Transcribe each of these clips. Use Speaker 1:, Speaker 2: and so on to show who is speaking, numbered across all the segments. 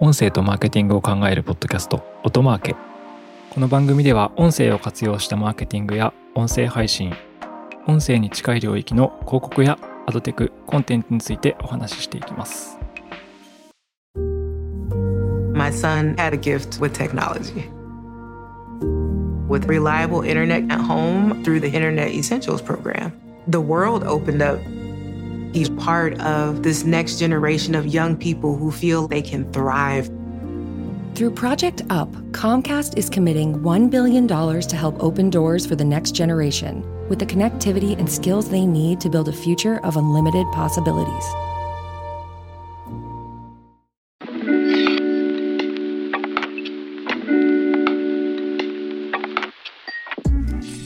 Speaker 1: 音声とマーケティングを考えるポッドキャスト音マーケこの番組では音声を活用したマーケティングや音声配信音声に近い領域の広告やアドテクコンテンツについてお話ししていきます
Speaker 2: My son had a gift with technology. With reliable internet at home through the Internet Essentials program, the world opened up. He's part of this next generation of young people who feel they can thrive.
Speaker 3: Through Project UP, Comcast is committing $1 billion to help open doors for the next generation with the connectivity and skills they need to build a future of unlimited possibilities.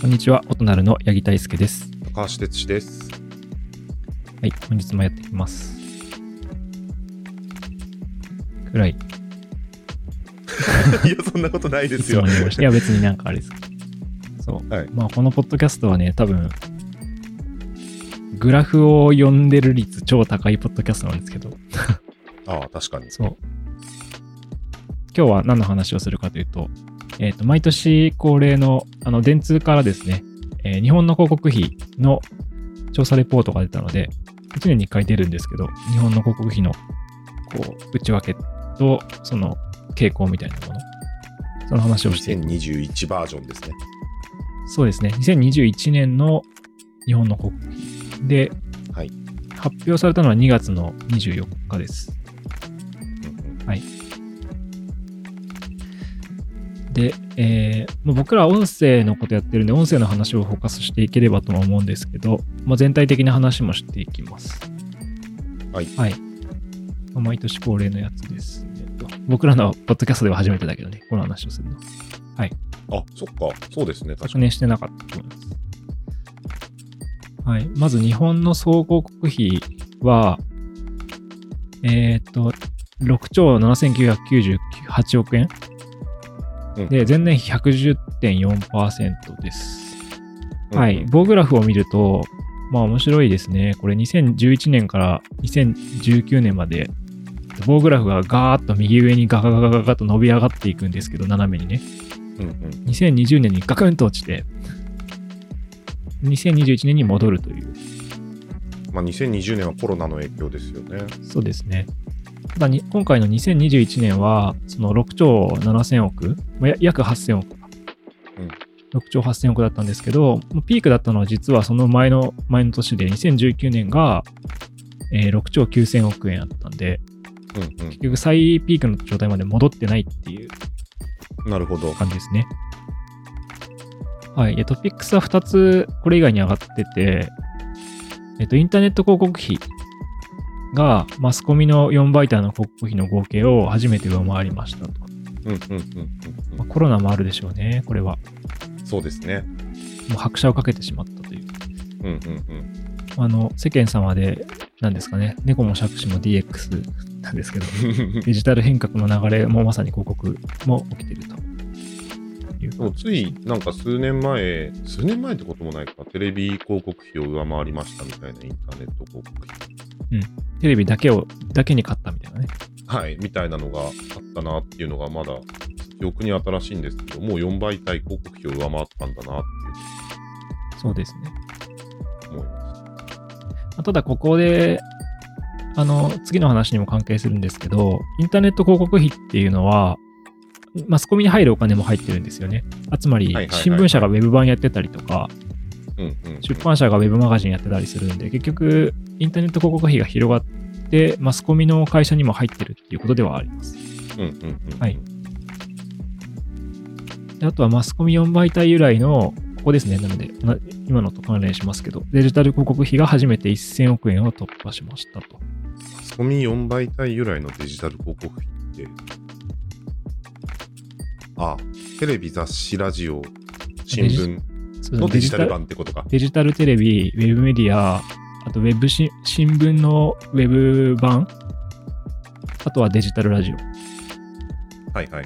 Speaker 1: こんにちは音なるの八木大輔です
Speaker 4: 高橋哲司です。
Speaker 1: はい本日もやっていきます暗い
Speaker 4: いや、そんなことないで
Speaker 1: い
Speaker 4: す
Speaker 1: つ
Speaker 4: よ
Speaker 1: も。にもしていや別になんかあれですけどそう、
Speaker 4: はい
Speaker 1: まあこのポッドキャストはね多分グラフを読んでる率超高いポッドキャストなんですけど
Speaker 4: ああ、確かに。
Speaker 1: そう今日は何の話をするかというと,、えー、と毎年恒例のあの電通からですね、えー日本の広告費の調査レポートが出たので1年に1回出るんですけど日本の広告費のこう内訳とその傾向みたいなものその話をして
Speaker 4: 2021バージョンですね。
Speaker 1: そうですね。2021年の日本の国旗で、
Speaker 4: はい
Speaker 1: 発表されたのは2月の24日です。はい。で、えーまあ僕ら音声のことやってるんで、音声の話をフォーカスしていければとは思うんですけど、まあ、全体的な話もしていきます。
Speaker 4: はい
Speaker 1: はい。まあ毎年恒例のやつです。えっと僕らのポッドキャストでは初めてだけどね、この話をするの。
Speaker 4: あ、そっか。そうですね。確か
Speaker 1: 確認してなかったと思います。はい、まず日本の総合国費は、えっ、と、6兆7998億円、
Speaker 4: うん
Speaker 1: で、前年比110.4%です。
Speaker 4: に。
Speaker 1: は
Speaker 4: うん
Speaker 1: い、
Speaker 4: うん。
Speaker 1: 棒グラフを見ると、まあ面白いですね。これ2011年から2019年まで、棒グラフがガーッと右上にガガガガガガと伸び上がっていくんですけど、斜めにね。
Speaker 4: うんうん
Speaker 1: 2020年にガクンと落ちて、2021年に戻るという。
Speaker 4: まあ、2020年はコロナの影響ですよね。
Speaker 1: そうですね。ただに、今回の2021年は、その6兆7000億、まあや約8000億か。
Speaker 4: うん
Speaker 1: 6兆8000億だったんですけど、もうピークだったのは実はその前の、前の年で、2019年が、えー6兆9000億円あったんで、
Speaker 4: うん
Speaker 1: 結局再ピークの状態まで戻ってないっていう
Speaker 4: うん。なるほど。
Speaker 1: 感じですね。はい。えトピックスは2つこれ以外に上がってて、えっと、インターネット広告費がマスコミの4媒体の広告費の合計を初めて上回りましたと。
Speaker 4: うんうんうんうん
Speaker 1: まあ、コロナもあるでしょうね、これは。
Speaker 4: うん。そうですね。
Speaker 1: もう拍車をかけてしまったという。
Speaker 4: うんうん
Speaker 1: あの、世間様で、何ですかね、猫も杓子も DX なんですけど、
Speaker 4: うん。
Speaker 1: デジタル変革の流れもまさに広告も起きてるという
Speaker 4: でもついなんか数年前、数年前ってこともないか、テレビ広告費を上回りましたみたいなインターネット広告費。
Speaker 1: テレビだけを、だけに買ったみたいなね。
Speaker 4: はい、みたいなのがあったなっていうのがまだ記憶に新しいんですけど、もう4倍体広告費を上回ったんだなっ
Speaker 1: そうですね。
Speaker 4: て思いま
Speaker 1: まあただここで、あの、次の話にも関係するんですけど、インターネット広告費っていうのは、マスコミに入るお金も入ってるんですよね。あつまり
Speaker 4: はいはい、はい
Speaker 1: 新聞社がウェブ版やってたりとか、
Speaker 4: す。うんうんうん、
Speaker 1: 出版社がウェブマガジンやってたりするんで、結局、インターネット広告費が広がって、マスコミの会社にも入ってるっていうことではあります。
Speaker 4: うんうんうん、
Speaker 1: はいであとはマスコミ4媒体由来の、ここですね。なので、な今のと関連しますけど、デジタル広告費が初めて1000億円を突破しましたと。
Speaker 4: マスコミ4倍体由来のデジタル広告費って、あ、テレビ、雑誌、ラジオ、新聞のデジタル版ってことか。
Speaker 1: デジタルテレビ、ウェブメディア、あとウェブし新聞のウェブ版、あとはデジタルラジオ。
Speaker 4: はいはいはい。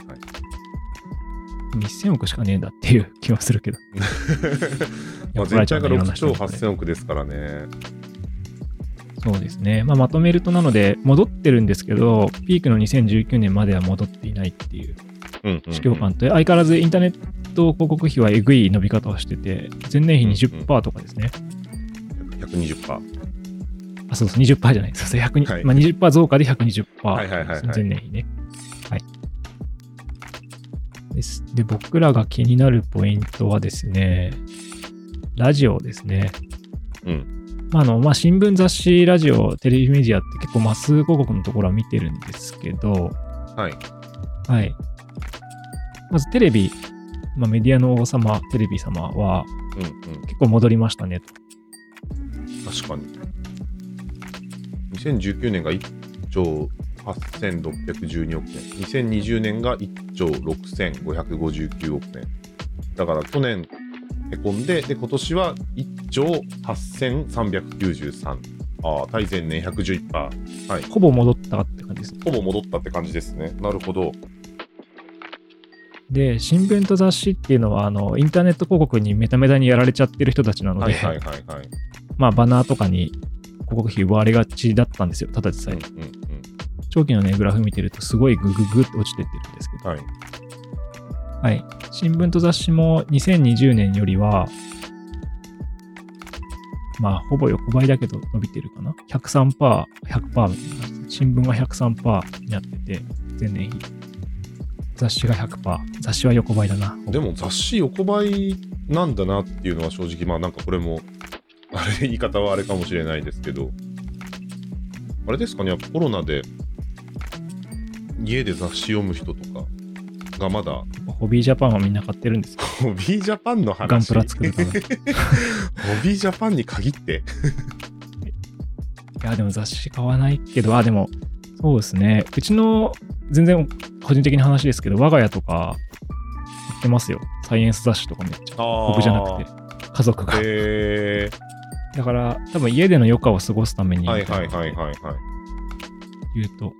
Speaker 1: 1000億しかねえんだっていう気はするけど。
Speaker 4: まあ
Speaker 1: 怒られ
Speaker 4: 全
Speaker 1: ちゃう
Speaker 4: 体
Speaker 1: ね
Speaker 4: が
Speaker 1: いろんな
Speaker 4: 6
Speaker 1: 人
Speaker 4: 兆
Speaker 1: にね
Speaker 4: 8000億ですからね。
Speaker 1: そうですね。まあ、まとめるとなので、戻ってるんですけど、ピークの2019年までは戻っていないっていう
Speaker 4: うんうんうん
Speaker 1: 市況感と、相変わらずインターネット広告費はえぐい伸び方をしてて、前年比20%とかですね。
Speaker 4: 120%。
Speaker 1: あ、そうそう、20%じゃない。そうそう、120%、
Speaker 4: はい
Speaker 1: まあ、20%増加で120%、
Speaker 4: いはいはいはい
Speaker 1: 前年比ね。はい。です。で、僕らが気になるポイントはですね、ラジオですね。
Speaker 4: うん。
Speaker 1: まああのまあ、新聞、雑誌、ラジオ、テレビメディアって結構マス広告のところは見てるんですけど、
Speaker 4: はい。
Speaker 1: はい。まずテレビ、まあ、メディアの王様、テレビ様は
Speaker 4: うんうん。
Speaker 1: 結構戻りましたね。
Speaker 4: 確かに。2019年が1兆8612億円。2020年が1兆6559億円。だから去年へこんで、で、今年は1兆8393。ああ、対前年111%。はい。
Speaker 1: ほぼ戻ったって感じです。
Speaker 4: ほぼ戻ったって感じですね。なるほど。
Speaker 1: で、新聞と雑誌っていうのは、あのインターネット広告にメタメタにやられちゃってる人たちなので、
Speaker 4: はいはいはいはい。
Speaker 1: まあ、バナーとかに広告費奪われがちだったんですよ、ただでさ
Speaker 4: うん
Speaker 1: え。
Speaker 4: うんうん。
Speaker 1: 長期のね、グラフ見てると、すごいグググって落ちてってるんですけど。
Speaker 4: はい。
Speaker 1: はい。新聞と雑誌も2020年よりは、まあ、ほぼ横ばいだけど伸びてるかな。103%、100%みたいな感じ。新聞が103%になってて、前年比。雑誌が100%。雑誌は横ばいだな。
Speaker 4: でも雑誌横ばいなんだなっていうのは正直まあなんかこれもあれ言い方はあれかもしれないですけどあれですかねやっぱコロナで家で雑誌読む人とかがまだ
Speaker 1: ホビージャパンはみんな買ってるんですけど、
Speaker 4: ホビージャパンの話
Speaker 1: ガンプラ作る
Speaker 4: ホ
Speaker 1: ため。い
Speaker 4: ビージャパンに限って
Speaker 1: や、でも雑誌買わないけど、あ、でも、そうですね。うちの、全然個人的な話ですけど、我が家とか、買ってますよ。サイエンス雑誌とかめっちゃ。僕じゃなくて、家族が。
Speaker 4: え
Speaker 1: だから、多分家での余暇を過ごすために、
Speaker 4: ー、はいはいはいはいはい
Speaker 1: 言うと、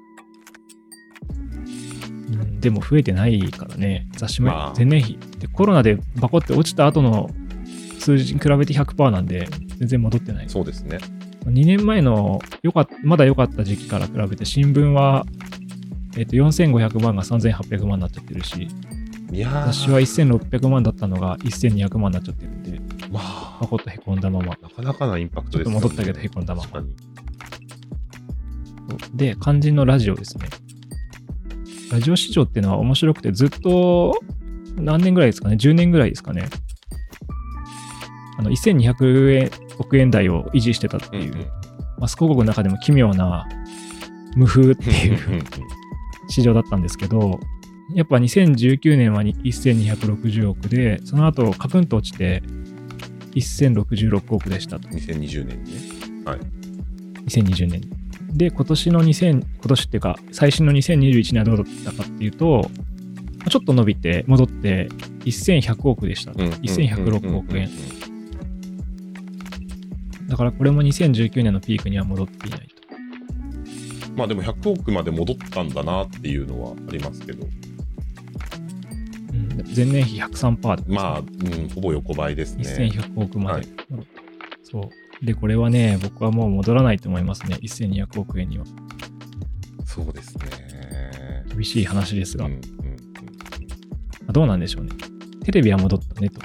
Speaker 1: うん、でも増えてないからね、雑誌も
Speaker 4: まあ
Speaker 1: 前年比。で、コロナでバコって落ちた後の数字に比べて100%なんで、全然戻ってない。
Speaker 4: そうですね
Speaker 1: 2年前のよかっまだ良かった時期から比べて、新聞は、えっと4500万が3800万になっちゃってるし、
Speaker 4: いやー
Speaker 1: 雑誌は1600万だったのが1200万になっちゃってるんで、
Speaker 4: まあ
Speaker 1: バコッとへこんだまま。
Speaker 4: なかなかなインパクトですよね
Speaker 1: ちょっと戻ったけどへこんだまま
Speaker 4: 確かに
Speaker 1: で、肝心のラジオですね。ラジオ市場っていうのは面白くて、ずっと何年ぐらいですかね、10年ぐらいですかね。あの、1200円億円台を維持してたって
Speaker 4: うん
Speaker 1: いうう、
Speaker 4: んうん
Speaker 1: マス広告の中でも奇妙な無風っていう
Speaker 4: うんうん
Speaker 1: 市場だったんですけど、やっぱ2019年はに1260億で、その後カクンと落ちて1066億でしたと。
Speaker 4: 2020年にね
Speaker 1: 2020年で今年の2000今年っていうか最新の2021年はどうだったかっていうとちょっと伸びて戻って1100億でした、1106億円だからこれも2019年のピークには戻っていないと
Speaker 4: まあでも100億まで戻ったんだなっていうのはありますけど
Speaker 1: うん前年比103%とかですね、
Speaker 4: まあ、うん、ほぼ横ばいですね
Speaker 1: 1100億まで、
Speaker 4: はい
Speaker 1: そうでこれはね僕はもう戻らないと思いますね1200億円には
Speaker 4: そうですね
Speaker 1: 厳しい話です
Speaker 4: うん
Speaker 1: が、
Speaker 4: うんうん
Speaker 1: どうなんでしょうねテレビは戻ったねと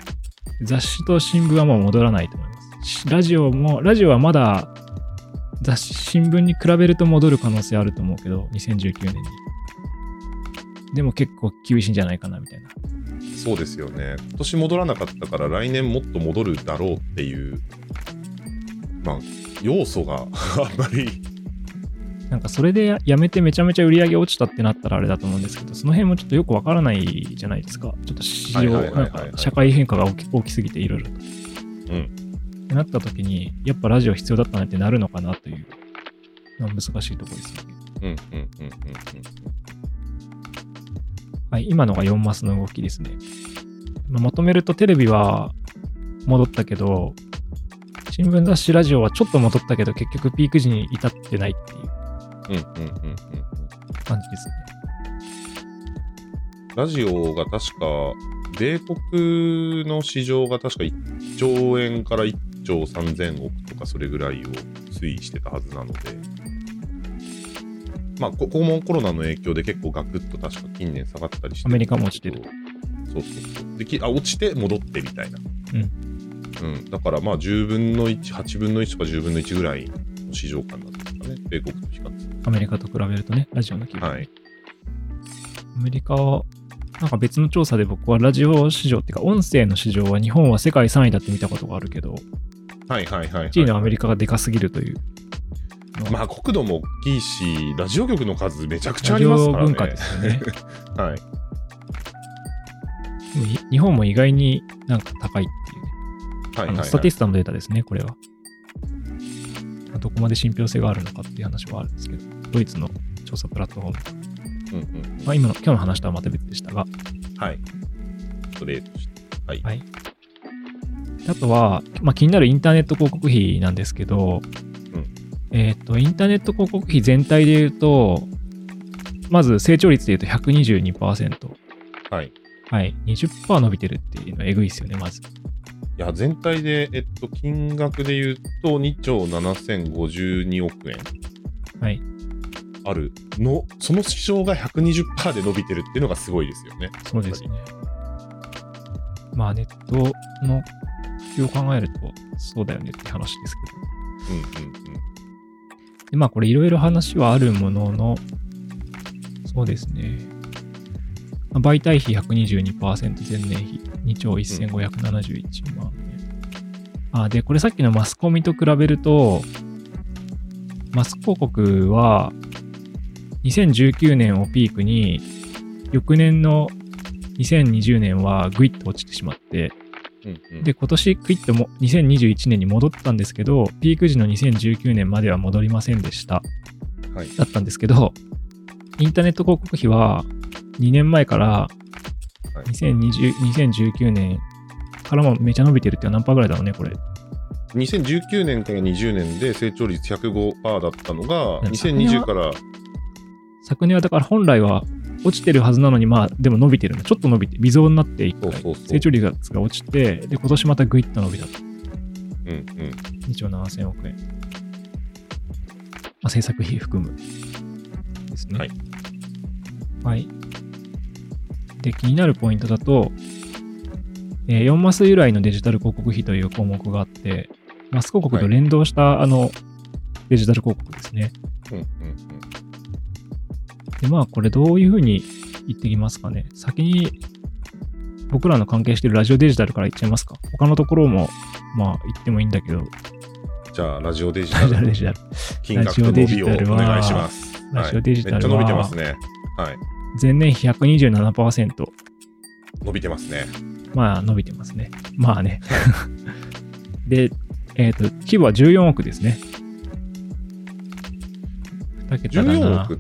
Speaker 1: 雑誌と新聞はもう戻らないと思いますしラジオもラジオはまだ雑誌新聞に比べると戻る可能性あると思うけど2019年にでも結構厳しいんじゃないかなみたいな
Speaker 4: そうですよね今年戻らなかったから来年もっと戻るだろうっていうまあ要素が あんまり
Speaker 1: なんかそれでやめてめちゃめちゃ売り上げ落ちたってなったらあれだと思うんですけどその辺もちょっとよくわからないじゃないですかちょっと市場
Speaker 4: はいはいはいはい
Speaker 1: な
Speaker 4: は
Speaker 1: ん
Speaker 4: い
Speaker 1: か社会変化が大き大きすぎていろいろと
Speaker 4: うん
Speaker 1: ってなった時にやっぱラジオ必要だったなってなるのかなというのは難しいところですよね
Speaker 4: うんうんうんうん
Speaker 1: はい、今のが4マスの動きですね。まあまとめるとテレビは戻ったけど、新聞雑誌ラジオはちょっと戻ったけど、結局ピーク時に至ってないっていう
Speaker 4: うんうんうんうんうんうん
Speaker 1: 感じですね。
Speaker 4: ラジオが確か、米国の市場が確か1兆円から1兆3000億とかそれぐらいを推移してたはずなので、まあ、ここもコロナの影響で結構ガクッと確か近年下がったりして
Speaker 1: アメリカも落ちてる。
Speaker 4: そうそうそうできあ落ちて戻ってみたいな。
Speaker 1: うん
Speaker 4: うん。だからまあ10分の1、8分の1とか10分の1ぐらいの市場感なんですかね、米国と比較する
Speaker 1: アメリカと比べるとね、ラジオの規
Speaker 4: と。
Speaker 1: 模。
Speaker 4: はい。
Speaker 1: アメリカは、なんか別の調査で僕はラジオ市場っていうか、音声の市場は日本は世界3位だって見たことがあるけど、
Speaker 4: はいはいはい、はい。
Speaker 1: 1位のアメリカがでかすぎるという。
Speaker 4: まあ国土も大きいし、ラジオ局の数めちゃくちゃあ
Speaker 1: ラ
Speaker 4: り
Speaker 1: ジ
Speaker 4: ます
Speaker 1: オ
Speaker 4: からね。
Speaker 1: 文化ですよ ね。
Speaker 4: はい。
Speaker 1: でもい日本も意外になんか高いっていうね。あ
Speaker 4: はいはい、
Speaker 1: の
Speaker 4: はい。
Speaker 1: スタティスタのデータですね、これは。どこまで信憑性があるのかっていう話はあるんですけど、ドイツの調査プラットフォーム。
Speaker 4: うんうん。
Speaker 1: まあ、今の今日の話とはまた別でしたが、
Speaker 4: はい。ストレートして。はい。
Speaker 1: はいあとは、まあ、気になるインターネット広告費なんですけど、
Speaker 4: うん
Speaker 1: えっ、と、インターネット広告費全体で言うと、まず成長率で言うと122%。
Speaker 4: はい。い
Speaker 1: はい。20%伸びてるっていうのはえぐいですよね、まず。
Speaker 4: や、全体で、えっと、金額で言うと2兆7052億円
Speaker 1: はい。
Speaker 4: あるの、その市場が120%で伸びてるっていうのがすごいですよね。
Speaker 1: そうですね。まあ、ネットの普及を考えると、そうだよねって話ですけど。
Speaker 4: うんうんうん。
Speaker 1: でまあこれいろいろ話はあるものの、そうですね。まあ媒体費122%、前年比2兆1571万円。あ、で、これさっきのマスコミと比べると、マス広告は2019年をピークに、翌年の2020年はグイッと落ちてしまって、
Speaker 4: うんうん、
Speaker 1: で、今年クイッとも2021年に戻ったんですけど、ピーク時の2019年までは戻りませんでした。
Speaker 4: はい、
Speaker 1: だったんですけど、インターネット広告費は2年前から
Speaker 4: はい
Speaker 1: 2020 2019年からもめちゃ伸びてるって何パーぐらいだろうね、これ。
Speaker 4: 2019年から20年で成長率105%だったのが、
Speaker 1: うん
Speaker 4: 2020から、
Speaker 1: 昨年はだから本来は落ちてるはずなのに、まあでも伸びてるの。ちょっと伸びて、微増になっていく
Speaker 4: そう。そうそう。
Speaker 1: 成長率が落ちて、で、今年またグイッと伸びたと。
Speaker 4: うんうん。
Speaker 1: 2兆7000億円。まあ、制作費含む。ですね。
Speaker 4: はい。
Speaker 1: はい。で、気になるポイントだと、えー4マス由来のデジタル広告費という項目があって、マス広告と連動した、あのデジタル広告ですね。
Speaker 4: うんうん
Speaker 1: で、まあ、これどういうふうに言ってきますかね。先に僕らの関係してるラジオデジタルから言っちゃいますか。他のところも、まあ、言ってもいいんだけ ど、
Speaker 4: うん。じゃあ、ラジオデジタ
Speaker 1: ラジオ
Speaker 4: ル
Speaker 1: デ、ジタル。
Speaker 4: 金額と伸びをお願いします。
Speaker 1: ラジオデジタル
Speaker 4: はい
Speaker 1: は
Speaker 4: めっちゃ伸びてますね。はい。
Speaker 1: 前年比127%。
Speaker 4: 伸びてますね。
Speaker 1: まあ、伸びてますね。まあね。 で、えっ、と、規模は14億ですね。2桁だ
Speaker 4: 14
Speaker 1: な
Speaker 4: 億。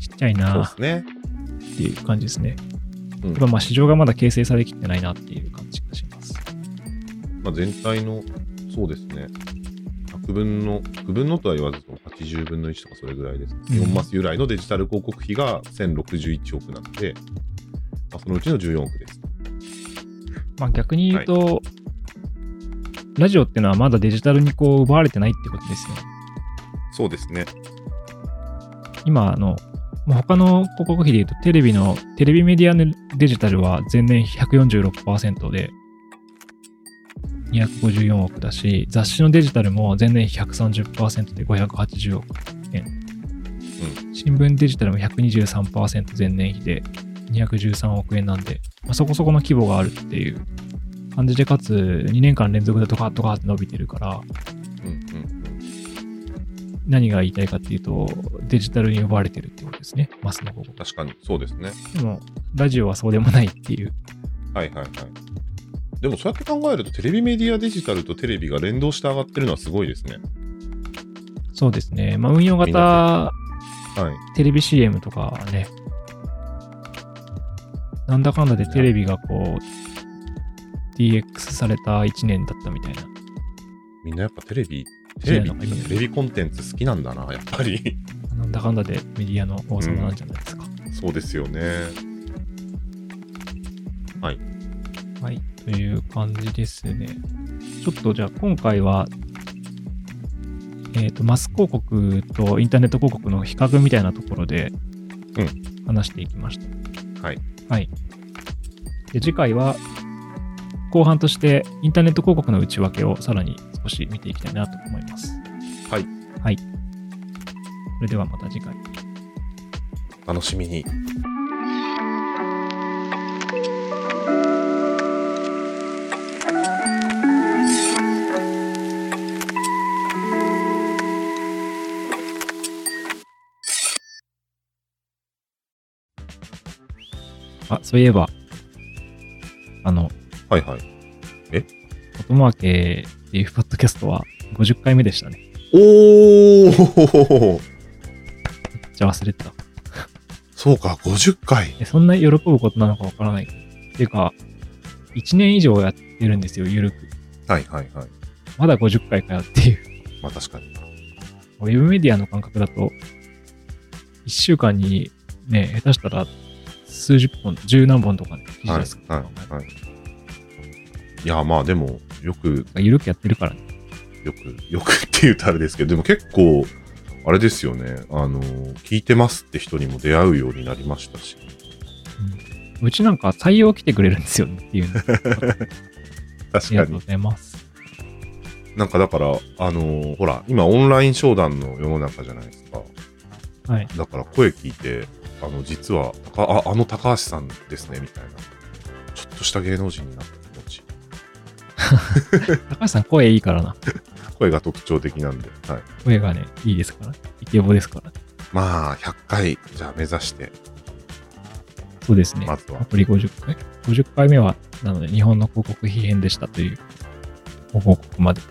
Speaker 1: ちっちゃい
Speaker 4: そう
Speaker 1: な
Speaker 4: ですね。
Speaker 1: っていう感じですね。
Speaker 4: うん
Speaker 1: やっぱまあ市場がまだ形成されきってないなっていう感じがします。
Speaker 4: まあ、全体の、そうですね。100分の、100分のとは言わず、80分の1とかそれぐらいです、ね。
Speaker 1: うん
Speaker 4: 4マス由来のデジタル広告費が1061億なので、まあ、そのうちの14億です。
Speaker 1: まあ逆に言うと、ラジオってのはまだデジタルにこう奪われてないってことですよね。
Speaker 4: そうですね。
Speaker 1: 今、あの、まあ他の広告費で言うと、テレビの、テレビメディアのデジタルは前年比146%で、254億だし、雑誌のデジタルも前年比130%で580億円。新聞デジタルも123%前年比で213億円なんで、まあ、そこそこの規模があるっていう感じで、かつ2年間連続でドカッドカッと伸びてるから、
Speaker 4: うんうんうん。
Speaker 1: 何が言いたいかっていうと、デジタルに奪われてるってことですね、マスの広告。
Speaker 4: 確かに、そうですね。
Speaker 1: でも、ラジオはそうでもないっていう。
Speaker 4: はいはいはい。でもそうやって考えると、テレビメディアデジタルとテレビが連動して上がってるのはすごいですね。
Speaker 1: そうですね。まあ、運用
Speaker 4: みんな
Speaker 1: 型
Speaker 4: はい。
Speaker 1: テレビ CM とかね、なんだかんだでテレビがこう、DX された1年だったみたいな。
Speaker 4: みんなやっぱテレビ、テレビっていうかテレビコンテンツ好きなんだな、やっぱ り。
Speaker 1: なんだかんだでメディアの王様なんじゃないですか。
Speaker 4: そうですよね。
Speaker 1: はい。という感じですね。ちょっとじゃあ今回は、ええっ、と、マス広告とインターネット広告の比較みたいなところで、
Speaker 4: うん
Speaker 1: 話していきました。
Speaker 4: はい。
Speaker 1: はい。で、次回は、後半として、インターネット広告の内訳をさらに少し見ていきたいなと思います。
Speaker 4: はい。
Speaker 1: はい。それではまた次回。
Speaker 4: 楽しみに。
Speaker 1: あ、そういえば、あの、
Speaker 4: はいはい。
Speaker 1: 音マーケっていうポッドキャストは50回目でしたね。
Speaker 4: お ー
Speaker 1: めっちゃ忘れてた。
Speaker 4: そうか、50回。
Speaker 1: えそんな喜ぶことなのかわからない。っていうか、1年以上やってるんですよ、ゆるく。
Speaker 4: はいはいはい。
Speaker 1: まだ50回かよっていう。
Speaker 4: まあ確かに。
Speaker 1: ウェブメディアの感覚だと、1週間にね、下手したら数十本、十何本とかね、記事
Speaker 4: はい
Speaker 1: 出すから、
Speaker 4: はいはい。いや、まあでも、よく、
Speaker 1: ゆるくやってるからね。
Speaker 4: よく、よくって言うたらあれですけど、でも結構、あれですよね。あの、聞いてますって人にも出会うようになりましたし。
Speaker 1: うちなんか採用来てくれるんですよねっていうの。あ
Speaker 4: 確
Speaker 1: り
Speaker 4: か
Speaker 1: がとうご
Speaker 4: に。
Speaker 1: ざいます。
Speaker 4: なんかだから、あの、ほら、今オンライン商談の世の中じゃないですか。
Speaker 1: はい。
Speaker 4: だから声聞いて、あの、実は、あああの高橋さんですね、みたいな。ちょっとした芸能人になった気持ち。
Speaker 1: 高橋さん声いいからな。
Speaker 4: 声が特徴的なんで、はい。
Speaker 1: 声がね、いいですから。イケボですから。
Speaker 4: まあ、100回、じゃあ目指して、
Speaker 1: そうですね。
Speaker 4: まずは
Speaker 1: 残り50回。50回目は、なので、日本の広告費編でしたというご報告まで。